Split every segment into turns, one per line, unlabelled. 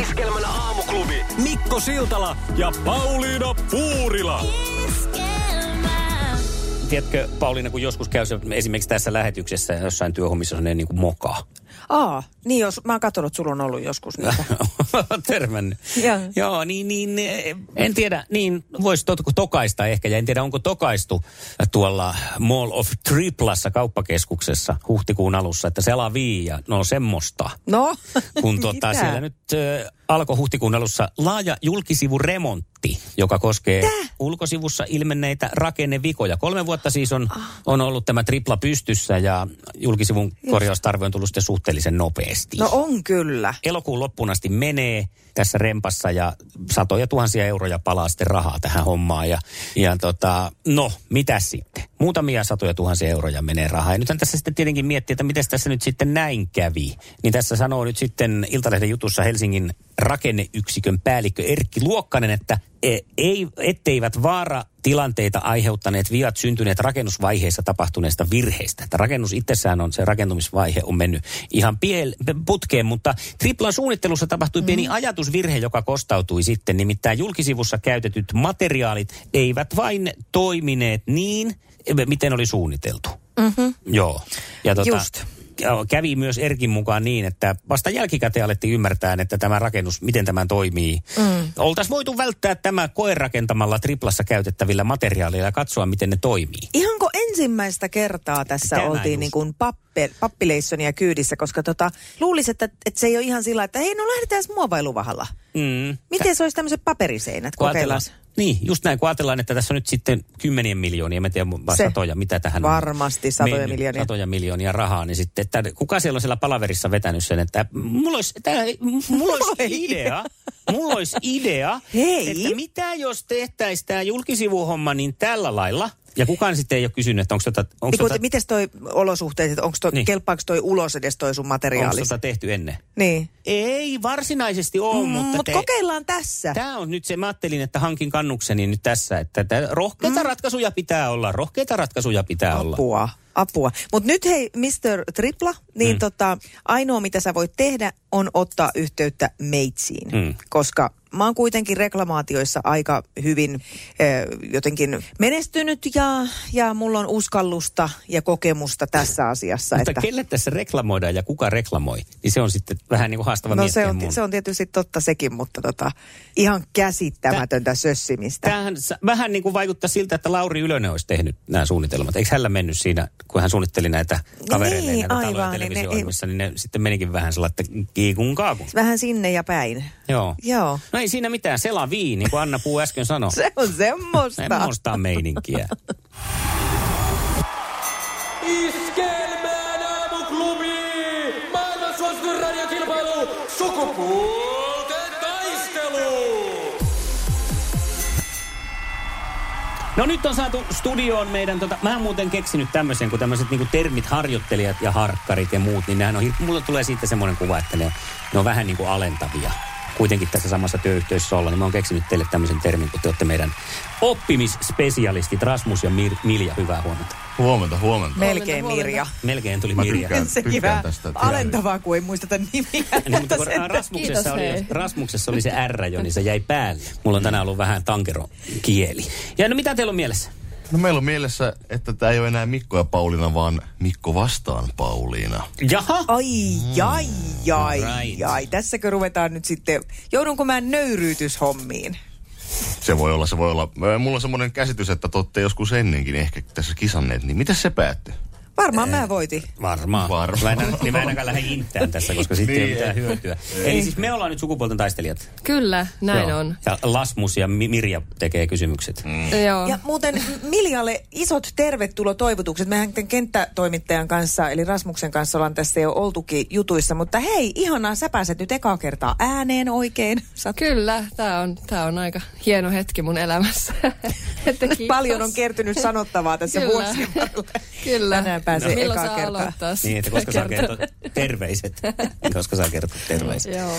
Iskelmän aamuklubi.
Mikko Siltala ja Pauliina Puurila. Tiedätkö, Pauliina, kun joskus käy se, esimerkiksi tässä lähetyksessä jossain työhommissa on niin kuin mokaa.
Aa, niin jos, mä oon katsonut, sulla on ollut joskus niitä.
Törmännyt.
Joo.
Joo, niin, niin, eh, en tiedä, niin voisi to- tokaista ehkä, ja en tiedä onko tokaistu tuolla Mall of Triplassa kauppakeskuksessa huhtikuun alussa, että sela vii ja no semmoista.
No,
kun tota,
mitä?
siellä nyt ö, alkoi huhtikuun alussa laaja julkisivuremontti, joka koskee ulkosivussa ilmenneitä rakennevikoja. Kolme vuotta siis on,
Ah.
on ollut tämä tripla pystyssä ja julkisivun korjaustarve on tullut sitten suhteellisen nopeasti.
No on kyllä.
Elokuun loppuun asti menee tässä rempassa ja satoja tuhansia euroja palaa sitten rahaa tähän hommaan. Ja, ja tota, no, mitä sitten? Muutamia satoja tuhansia euroja menee rahaa. Ja nythän tässä sitten tietenkin miettii, että miten tässä nyt sitten näin kävi. Niin tässä sanoo nyt sitten Iltalehden jutussa Helsingin rakenneyksikön päällikkö Erkki Luokkanen, että e- ei, etteivät vaara tilanteita aiheuttaneet viat syntyneet rakennusvaiheessa tapahtuneista virheistä. Että rakennus itsessään on, se rakentumisvaihe on mennyt ihan piel, putkeen, mutta triplan suunnittelussa tapahtui pieni ajatusvirhe, joka kostautui sitten. Nimittäin julkisivussa käytetyt materiaalit eivät vain toimineet niin, miten oli suunniteltu. Mm-hmm. Joo. Ja tota,
Just.
Joo, kävi myös Erkin mukaan niin, että vasta jälkikäteen alettiin ymmärtää, että tämä rakennus, miten tämä toimii. Mm. Oltaisiin voitu välttää tämä koerakentamalla triplassa käytettävillä materiaaleilla ja katsoa, miten ne toimii.
Ihanko ensimmäistä kertaa tässä
Tämä just.
oltiin niin kuin pappe, pappileissonia kyydissä, koska tota, luulisi, että, että, se ei ole ihan sillä, että hei, no lähdetään edes muovailuvahalla.
Mm.
Miten se olisi tämmöiset paperiseinät?
Kun
Kokeillaan.
ajatellaan- Niin, just näin, kun ajatellaan, että tässä on nyt sitten kymmenien miljoonia, mä tiedän vaan
Se.
satoja, mitä tähän on
Varmasti satoja miljoonia.
Satoja miljoonia rahaa, niin sitten, että kuka siellä on siellä palaverissa vetänyt sen, että mulla olisi, tää, mulla olisi
Oi.
idea, mulla olisi idea,
Hei.
että mitä jos tehtäisiin tämä julkisivuhomma niin tällä lailla, ja kukaan sitten ei ole kysynyt, että onko tota, onko
Niin,
tota,
tota... Miten toi olosuhteet, että onko toi,
Niin.
niin. kelpaako toi ulos edes toi sun
onko
materiaali?
tota tehty ennen?
Niin.
Ei varsinaisesti ole, mm, mutta,
Mutta
te,
kokeillaan tässä.
Tämä on nyt se, mä ajattelin, että hankin kannukseni nyt tässä, että tää, rohkeita mm. ratkaisuja pitää olla, rohkeita ratkaisuja pitää olla.
Apua, apua. Mutta nyt hei, Mr. Tripla, niin mm. tota, ainoa mitä sä voit tehdä on ottaa yhteyttä meitsiin,
Mm.
mm. koska mä oon kuitenkin reklamaatioissa aika hyvin eh, jotenkin menestynyt ja, ja mulla on uskallusta ja kokemusta tässä asiassa.
Mutta
että,
kelle tässä reklamoidaan ja kuka reklamoi, niin se on sitten vähän niin kuin haastava
no
miettiä
se on,
mun.
se on tietysti totta sekin, mutta tota, ihan käsittämätöntä sössimistä.
Tämähän s- vähän niin kuin vaikuttaa siltä, että Lauri Ylönen olisi tehnyt nämä suunnitelmat. Eikö hänellä mennyt siinä, kun hän suunnitteli näitä kavereille
Niin,
näitä taloja
aivan, niin ne-
televisio-ohjelmissa, niin ne sitten menikin vähän sellainen, että kiikun kaakun.
Vähän sinne ja päin.
Joo.
Joo.
No ei siinä mitään, sela vii, niin kuin Anna Puu äsken sanoi.
Se on semmoista.
Semmoista on meininkiä.
Iskelmän aamuklubi. Maailman suosituin radiokilpailu. Sukupuolten taistelu.
No nyt on saatu studioon meidän, tota, mä oon muuten keksinyt tämmöisen, kun tämmöiset niinku termit harjoittelijat ja harkkarit ja muut, niin nehän on, hir- mulla tulee siitä semmoinen kuva, että ne, ne on vähän niinku alentavia kuitenkin tässä samassa työyhteisössä olla, niin mä oon keksinyt teille tämmöisen termin, kun te olette meidän oppimisspesialistit Rasmus ja Mir- Milja, hyvää huomenta.
Huomenta, huomenta.
Melkein Mirja.
Melkein tuli
Mä
Mirja.
tykkään.
Sekin vähän
tästä, että-
alentavaa, kun ei muisteta nimiä.
Niin, mutta kun
Tässä-
Rasmuksessa,
Kiitos,
oli,
hei.
Rasmuksessa oli se R jo, niin se jäi päälle. Mulla on tänään ollut vähän tankero kieli. Ja no mitä teillä on mielessä?
No meillä on mielessä, että tämä ei ole enää Mikko ja Pauliina, vaan Mikko vastaan Pauliina.
Jaha!
Ai,
Mm.
jai, jai,
Right.
jai. Tässäkö ruvetaan nyt sitten, joudunko mä nöyryytyshommiin?
Se voi olla, se voi olla. Ö, Mulla on semmoinen käsitys, että te olette joskus ennenkin ehkä tässä kisanneet, niin miten se päättyi?
Varmaan
Eh.
mä voitin.
Varmaan.
Varmaan.
Mä en, niin mä en ainakaan lähde intään tässä, koska sitten ei ole
Niin,
mitään hyötyä. Eli siis me ollaan nyt sukupuolten taistelijat.
Kyllä, näin
Joo. Mm.
on.
Ja Lasmus ja Mi- Mirja tekee kysymykset.
Mm.
Joo.
Ja muuten Miljalle isot tervetulotoivotukset. Mehän tämän kenttätoimittajan kanssa, eli Rasmuksen kanssa ollaan tässä jo oltukin jutuissa. Mutta hei, ihanaa, sä pääset nyt ekaa kertaa ääneen oikein. Sä oot-
Kyllä, tämä on, tää on aika hieno hetki mun elämässä. Että kiitos.
Paljon on kertynyt sanottavaa tässä
Kyllä.
vuosien varrella.
Kyllä. No,
Tänään pääsee
Milloin
ekaa
saa
kertaa.
aloittaa
Niin, että koska saa
sitten
kertoa terveiset. Koska saa kertoa terveiset.
Joo.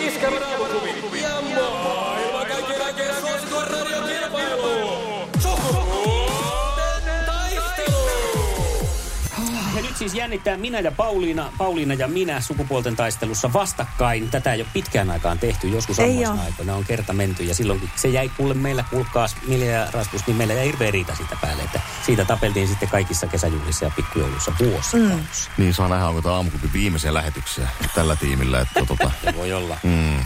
Iskelmän aamuklubi. Ja maailman kaikkien aikeen suosituin radiokilpailu. Sukupuolten taistelu.
Ja nyt nyt siis jännittää minä ja Pauliina, Pauliina ja minä sukupuolten taistelussa vastakkain. Tätä ei ole pitkään aikaan tehty, joskus
Ei
ammoisena
oo.
aikoina on kerta menty. Ja silloinkin se jäi kuule meillä, kuulkaas Milja ja Rasmus, niin meillä jäi hirveä riita siitä päälle. Että siitä tapeltiin sitten kaikissa kesäjuhlissa ja pikkujoulussa vuosi. Mm.
Niin saa nähdä, onko tämä aamukupi viimeisiä lähetyksiä tällä tiimillä. Että tota.
Voi olla. Mm.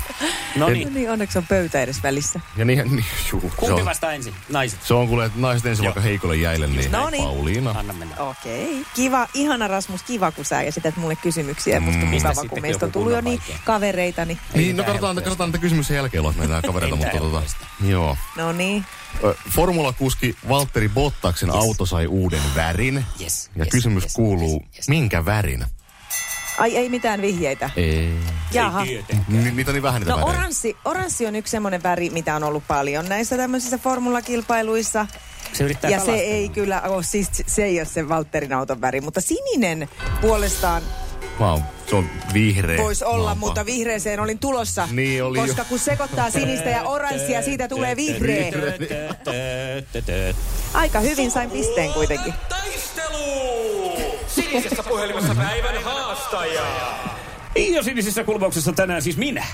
No
No
niin,
niin, onneksi on pöytä edes välissä.
Ja niin, niin juu, se
kumpi
on,
vastaa ensin? Naiset.
se on kuule, että naiset ensin vaikka heikolle jäille, niin
No niin.
Pauliina.
Anna mennä.
Okei. Okay. Kiva, ihana Rasmus, kiva kun sä esität mulle kysymyksiä. Mm. Musta on
Pistä
mukava,
sitten
kun meistä on
joku
tullut jo
kunnon
niin
vaikea.
kavereita. Niin...
Niin, no
mitään
katsotaan,
helppoa.
katsotaan näitä kysymyksiä jälkeen, jolloin näitä kavereita, mutta
mitään
tota,
helppoa.
joo.
No niin.
Ö, Formulakuski Valtteri Bottaksen yes. auto sai uuden värin.
Yes,
Ja
yes,
kysymys
yes,
kuuluu,
yes, yes.
minkä värin?
Ai ei mitään vihjeitä.
Ei.
Jaha.
Ei tietenkään.
Ni, niitä oli vähän niitä
No
värejä.
oranssi, oranssi on yksi semmoinen väri, mitä on ollut paljon näissä tämmöisissä formulakilpailuissa.
Se yrittää
ja se
kalastella.
ei kyllä ole, siis se ei ole se Valtterin auton väri, mutta sininen puolestaan
Mä oon, se on vihreä.
voisi olla,
Mä oon
mutta vihreeseen olin tulossa.
Eh, Niin oli
koska
jo. Eh,
kun sekoittaa sinistä ja oranssia, siitä tulee vihreä. Aika hyvin sain pisteen kuitenkin.
Taistelu! Sinisessä puhelimessa päivän haastaja.
Ja sinisessä kulmauksessa tänään siis minä.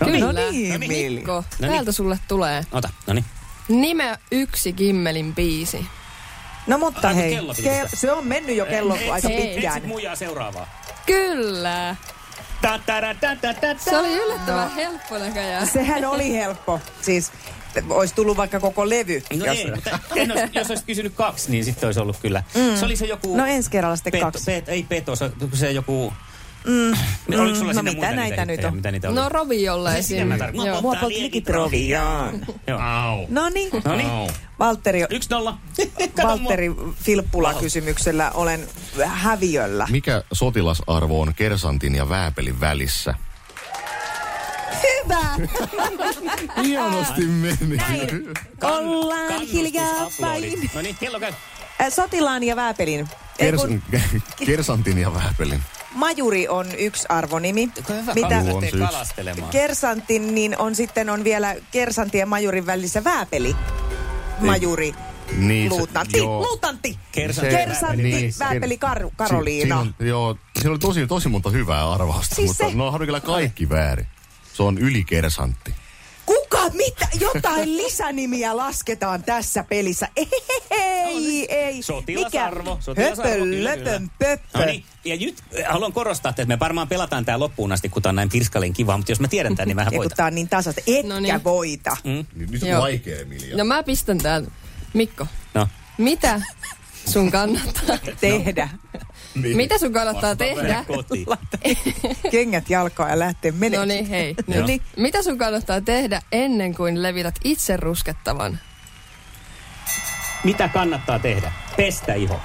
No
Kyllä.
niin.
No niin, Mili.
Mikko,
niin.
täältä sulle tulee.
Ota, no niin.
Nimeä yksi Kimmelin biisi.
No mutta
Ai, kun
hei,
kello piti
kel- se on mennyt jo kello aika
hei,
pitkään.
Etsit muijaa seuraavaa.
Kyllä.
Ta, ta, ra, ta, ta, ta, ta.
Se oli yllättävän
No.
helppo näköjään.
Sehän oli helppo. Siis olisi tullut vaikka koko levy.
No ei, mutta en olisi, jos olisit kysynyt kaksi, niin sitten olisi ollut kyllä. Mm. Se oli se joku...
No ensi kerralla sitten
peto,
kaksi.
Pet, ei peto, se, se joku... Mm. Oliko sulla
mm, no
siinä
mitä
muita niitä
näitä nyt
hittejä?
on?
Mitä niitä oli?
No Rovi
Se
jollain
sitä mä
sinne.
tarkoitan.
Joo.
Mua poltti
likitroviaan.
Joo.
Au.
No niin.
No niin.
Au.
Valtteri,
Yksi nolla. Kato
Valtteri Filppula-kysymyksellä olen häviöllä.
Mikä sotilasarvo on kersantin ja vääpelin välissä?
Hyvä!
Hienosti meni.
Näin.
mua. Kann-
Ollaan
kannustus,
hiljaa
aplodit.
päin.
No niin, kello käy.
Äh, Sotilaan ja vääpelin. Ei, kun
Kersan, kersantin ja vääpelin.
majuri on yksi arvonimi.
Mitä?
Mitä
Juu, on se yksi.
kalastelemaan.
kersantin, niin on sitten on vielä kersantin ja majurin välissä vääpeli. Majuri.
Niin, se-
Luutantti,
joo.
luutantti,
Kersantti,
kersantti,
vääpeli.
Niin,
vääpeli, Kar-
Si, siinä
Karoliina.
on, joo, siinä oli tosi, tosi monta hyvää arvausta,
Siis
mutta
se-
no oli kyllä kaikki väärin. Se on ylikersantti.
Kuka, mitä, jotain lisänimiä lasketaan tässä pelissä. Ei, ei.
Sotilasarvo,
Mikä?
sotilasarvo,
Höpön,
kyllä, kyllä.
löpön, pöppö.
No niin, ja nyt äh, haluan korostaa, että me varmaan pelataan tämä loppuun asti, kun tämä on näin pirskallin kiva, mutta jos mä tiedän tämän, niin vähän
Ja kun
voitan.
tää on niin tasasta, etkä
No niin.
voita.
Nyt, nyt
on Joo.
vaikea, Emilia.
No mä pistän täältä. Mikko,
No,
mitä sun kannattaa,
Tehdä.
No.
Niin.
mitä sun kannattaa tehdä?
Niin. kotiin.
Kengät jalkaa ja lähtee
No
menemään.
niin, hei.
Joo.
No niin. Mitä sun kannattaa tehdä ennen kuin levität itse ruskettavan?
Mitä kannattaa tehdä? Pestä iho.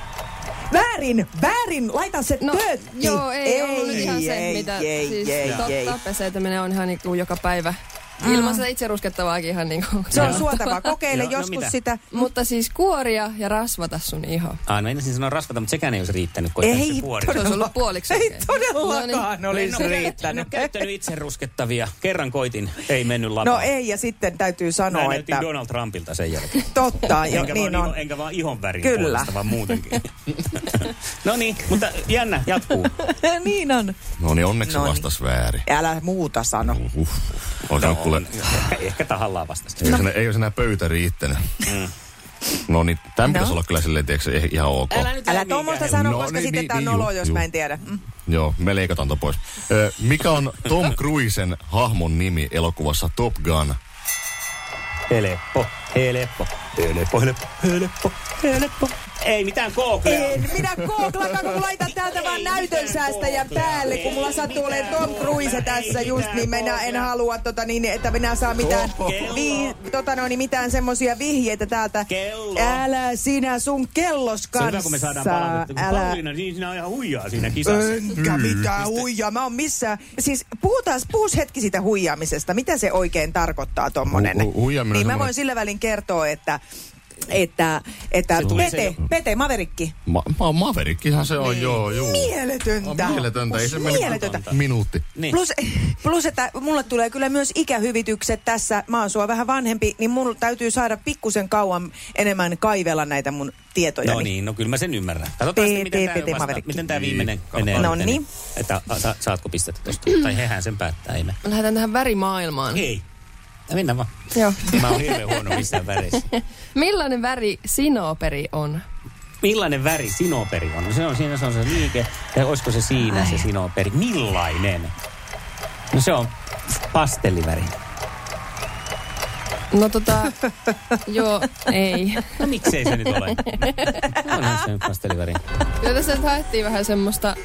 Väärin, väärin, laitan se
No,
töötti.
joo, ei, ei ollut ihan ei, se, mitä ei, siis ei, totta ei. pesetäminen on ihan niinku joka päivä. Ilman sitä itse ruskettavaakin ihan niinku.
Se on suotavaa. Kokeile
Joo, no
joskus
mitä?
sitä.
Mutta siis kuoria ja rasvata sun iho.
Ah, no ensin sanoa rasvata, mutta sekään ei olisi riittänyt, kun
Ei
ei, puori.
Se olisi ollut puoliksi
Ei
oikein. niin.
todellakaan
No
olisi
en ole käyttänyt- en
riittänyt.
ole käyttänyt itse ruskettavia. Kerran koitin, ei mennyt lapaan.
No ei, ja sitten täytyy
Mä
sanoa,
näytin
että
Donald Trumpilta sen jälkeen.
totta, jo,
Enkä,
niin
vaan,
on.
iho- enkä vaan ihon värin
Kyllä.
puolesta, vaan muutenkin. no niin, mutta jännä, jatkuu.
niin on.
No niin, onneksi
No niin.
vastas väärin.
Älä muuta sano.
Uhuh. Oikein no, kuule,
Ehkä tahallaan vastasi.
ei, no. ole, ei ole enää pöyntä riittänyt. No niin, tämän no. pitäisi olla kyllä silleen, tiedätkö, eh, ihan ok.
nyt
Älä tuommoista sano,
No
koska
niin,
sitten
niin,
tää on
niin,
nolo,
juu,
jos
juu.
mä en tiedä. Mm.
Joo, me leikataan to pois. Ö, mikä on Tom Cruisen hahmon nimi elokuvassa Top Gun?
Helppo, helppo, helppo, helppo, helppo, helppo. Ei mitään kookea.
En minä kooklakaan, kun laitan täältä vaan näytön säästäjän päälle, kun mulla sattuu olemaan Tom Cruise tässä just, niin minä en halua tota niin, että minä saa mitään,
Kello.
vi, tota no, niin mitään semmosia vihjeitä täältä.
Kello.
Älä sinä sun kellos
Se on
kanssa.
hyvä, kun me saadaan palautetta. Kun
Älä-
Pauliina, niin sinä on ihan huijaa siinä kisassa.
Enkä mitään Öö, huijaa, mä oon missään. Siis puhutaan, puhus hetki siitä huijaamisesta. Mitä se oikein tarkoittaa tommonen?
Hu- hu- huijaaminen on
niin mä
semmoinen-
voin sillä välin kertoa, että että, että
Se tuli se
Pete,
jo.
Pete, Maverikki.
Ma- ma- Maverickihan se on, joo, joo.
Niin. Mieletöntä.
On mieletöntä, ei se
Mieletöntä.
mene kuin minuutti.
Niin.
Plus, plus, että mulle tulee kyllä myös ikähyvitykset tässä. Mä oon sua vähän vanhempi, niin mun täytyy saada pikkusen kauan enemmän kaivella näitä mun tietoja.
No niin, no kyllä mä sen ymmärrän. Katsotaan sitten,
Tee,
miten,
tee, tee,
tää vasta,
Maverikki.
miten tämä viimeinen
Niin,
menee.
katsotaan.
nyt,
No niin.
Että a, sa, saatko pistettä tuosta?
Mm.
tai hehän sen päättää, ei me.
Mä lähdetään tähän värimaailmaan.
Ei. Ja mennään vaan.
Joo.
Mä oon hirveän huono missään väreissä.
Millainen väri sinoperi on?
Millainen väri sinoperi on? No Se on siinä, se on se liike. Ja olisiko se siinä se sinoperi? Millainen? No se on pastelliväri.
No tota, joo, ei.
No miksei se nyt ole? Onhan se nyt pastelliväri.
Kyllä tässä nyt haettiin vähän semmoista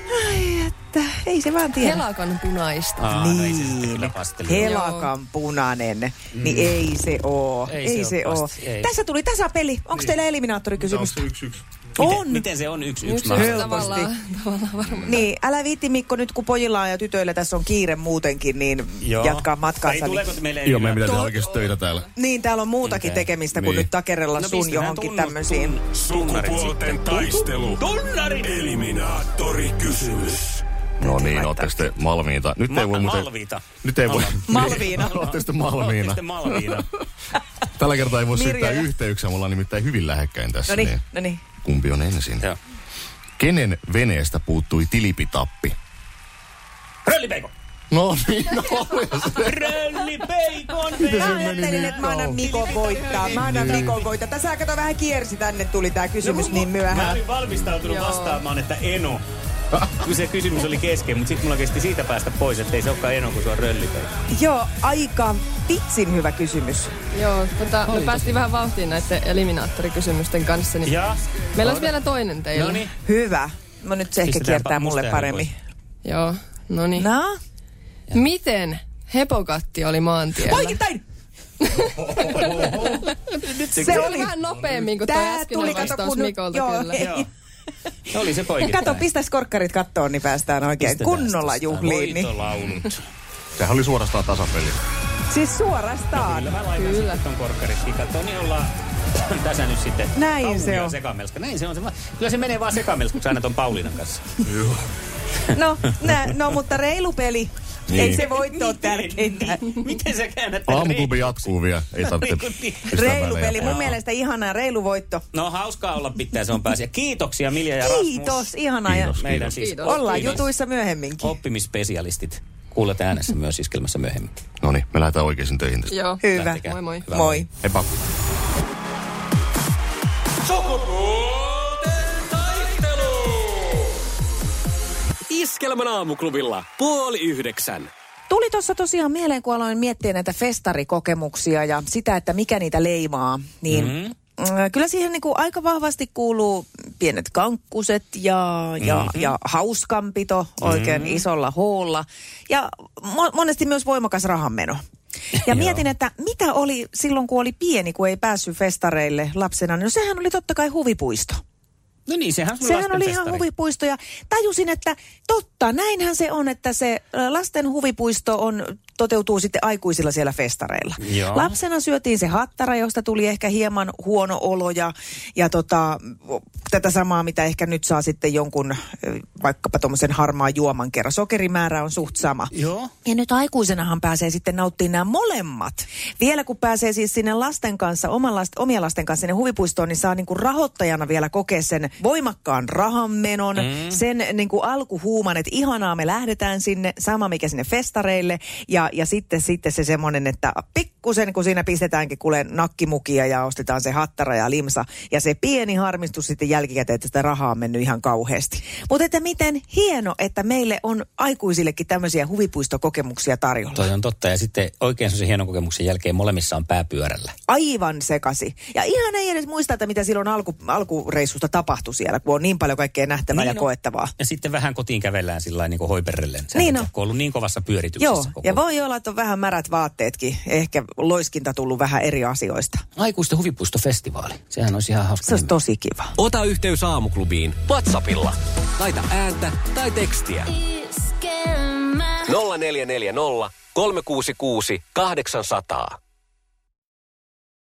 Että ei se vaan tiedä.
helakan punaista.
Aa, no ei se sitten
Niin.
kyllä pasteli. ole.
Helakan punainen, niin ei se oo. Ei,
Ei
ei
se
se
oo
oo.
pasti- ei. Niin. No,
Tässä tuli tasapeli. Onko teillä
Onko
eliminaattorikysymys?
se yksi yksi?
On.
Miten, miten se on yksi yksi?
Yksi
Mä-
Helposti.
tavallaan, tavallaan varmaan.
Niin, älä viitti Mikko nyt, kun pojilla on ja tytöillä tässä on kiire muutenkin, niin
Joo.
jatkaa
Ei,
matkaansa.
tuleeko
Niin,
meille
Joo, meidän
yhtään?
pitää tehdä oikeasti töitä täällä.
niin, täällä on muutakin
Okei. No
tekemistä kuin
Niin.
nyt takerella sun
pistetään
johonkin
tunnu-
tämmöisiin.
tun- tunnarit
Sukupuolten
sitten.
taistelu.
Tunnarit!
Eliminaattori kysymys.
No niin, ootteko te malmiita? Nyt ei
Ma-
voi muuten...
Malviita.
Nyt ei voi...
Malviina.
Niin, Ootteko te
Olette
malmiina?
sitten Malviina.
Tällä kertaa ei voi
Mirja
syyttää
ja-
yhteyksiä, mulla on nimittäin hyvin lähekkäin
No
tässä.
niin, no niin.
Kumpi on ensin?
Joo.
Kenen veneestä puuttui tilipitappi?
Röllipeikon!
No niin, no oli se.
Röllipeikon!
Mä
meni
ajattelin,
niin
että mä annan
kauan?
Mikon voittaa. Mä annan Mikon voittaa. Tässä kato vähän kiersi tänne, tuli tää kysymys niin
No, Mä
myöhään.
olin valmistautunut vastaamaan, että Eno. Kun se kysymys oli kesken, mutta sitten mulla kesti siitä päästä pois, että ei se olekaan Eno, kun se on röllipeikko.
Joo, aika vitsin hyvä kysymys.
Joo, tota, me päästiin vähän vauhtiin näiden eliminaattorikysymysten kanssa. Niin
Ja?
Meillä olisi vielä toinen teille.
No niin.
Hyvä. No nyt se ehkä
Pistetään
kiertää
pa-
mulle
mustajärvi
paremmin.
Joo, no niin.
No?
Miten hepokatti oli maantiellä?
Poikittain!
Nyt
se
se
oli-
oli vähän nopeammin kuin
Tää
tämä äskeinen
tuli, kato,
vastaus
kun nyt-
Mikolta
joo,
kyllä.
ei.
Joo. No oli se poikittain.
Kato, pistäis korkkarit kattoon, niin päästään oikein
Pistetään
kunnolla
sitä.
juhliin. Niin.
Voitolaulut.
Sehän oli suorastaan tasapeli.
Siis suorastaan.
Kyllä mä laitan
Kyllä.
sitten ton korkkarit kikato, niin ollaan tässä nyt sitten.
Näin
Pauli
se
ja
on.
Sekamelska. Näin se on. Se va- Kyllä se menee vaan sekamelskaksi aina ton Paulinan kanssa.
No, nä, no, mutta reilu peli.
Niin.
Ei se voitto ole tärkeintä.
Miten sä käännät tän
Aamuklubi jatkuu vielä, ei tarvitse
Niin, niin.
pistää
Reilu
välejä.
peli. Mun mielestä ihanaa reilu voitto.
No hauskaa olla pitää, se on pääsiä. Kiitoksia Milja ja Rasmus.
Kiitos, ihanaa. Ja
Kiitos,
Meidän
kiitos.
siis
Kiitos.
ollaan
oppimis-
jutuissa myöhemminkin.
Oppimisspesialistit. Kuulet äänessä myös iskelmässä myöhemmin.
No niin, me lähdetään oikeisiin töihin tästä.
Joo.
Hyvä.
Lähtekää.
Moi moi.
Hyvää
Moi.
Heippa.
Sukupuolten taistelu.
Iskelmän aamuklubilla puoli yhdeksän.
Tuli tuossa tosiaan mieleen, kun aloin miettiä näitä festarikokemuksia ja sitä, että mikä niitä leimaa, niin mm kyllä siihen niin kuin aika vahvasti kuuluu pienet kankkuset ja, ja, mm-hmm. ja hauskanpito oikein mm-hmm. isolla hoolla ja mo- monesti myös voimakas rahanmeno. Ja mietin, että mitä oli silloin, kun oli pieni, kun ei päässyt festareille lapsena, niin no sehän oli totta kai huvipuisto.
No niin, sehän, on
Sehän oli ihan
lastenfestari.
huvipuisto ja tajusin, että totta, näinhän se on, että se ö, lasten huvipuisto on, toteutuu sitten aikuisilla siellä festareilla.
Joo.
Lapsena syötiin se hattara, josta tuli ehkä hieman huono olo ja, ja tota, tätä samaa, mitä ehkä nyt saa sitten jonkun ö, vaikkapa tuommoisen harmaan juoman kerran. Sokerimäärä on suht sama.
Joo.
Ja nyt aikuisenahan pääsee sitten nauttimaan nämä molemmat. Vielä kun pääsee siis sinne lasten kanssa, oman last, omien lasten kanssa sinne huvipuistoon, niin saa niin kuin rahoittajana vielä kokea sen voimakkaan rahanmenon, mm. sen niin kuin alkuhuuman, että ihanaa me lähdetään sinne, sama mikä sinne festareille. Ja, ja sitten, sitten se semmoinen, että pikkusen kun siinä pistetäänkin kuule nakkimukia ja ostetaan se hattara ja limsa. Ja se pieni harmistus sitten jälkikäteen, että sitä rahaa on mennyt ihan kauheasti. Mutta että miten hieno, että meille on aikuisillekin tämmöisiä huvipuistokokemuksia tarjolla.
Toi on totta. Ja sitten oikein se hienon kokemuksen jälkeen molemmissa on pääpyörällä.
Aivan sekasi. Ja ihan ei edes muista, että mitä silloin alku, alkureissusta tapahtui siellä, kun on niin paljon kaikkea nähtävää
Niin
ja
on.
koettavaa.
Ja sitten vähän kotiin kävellään sillä lailla niin kuin hoiperrellen. Sä
Niin
et
on.
ole ollut niin kovassa pyörityksessä
Joo,
koko
ja voi olla, että on vähän märät vaatteetkin. Ehkä loiskinta tullut vähän eri asioista.
Aikuisten huvipuistofestivaali. Sehän olisi ihan hauska.
Se olisi
nimi.
tosi kiva.
Ota yhteys aamuklubiin WhatsAppilla. Laita ääntä tai tekstiä
Iskelmä.
0440 366 800.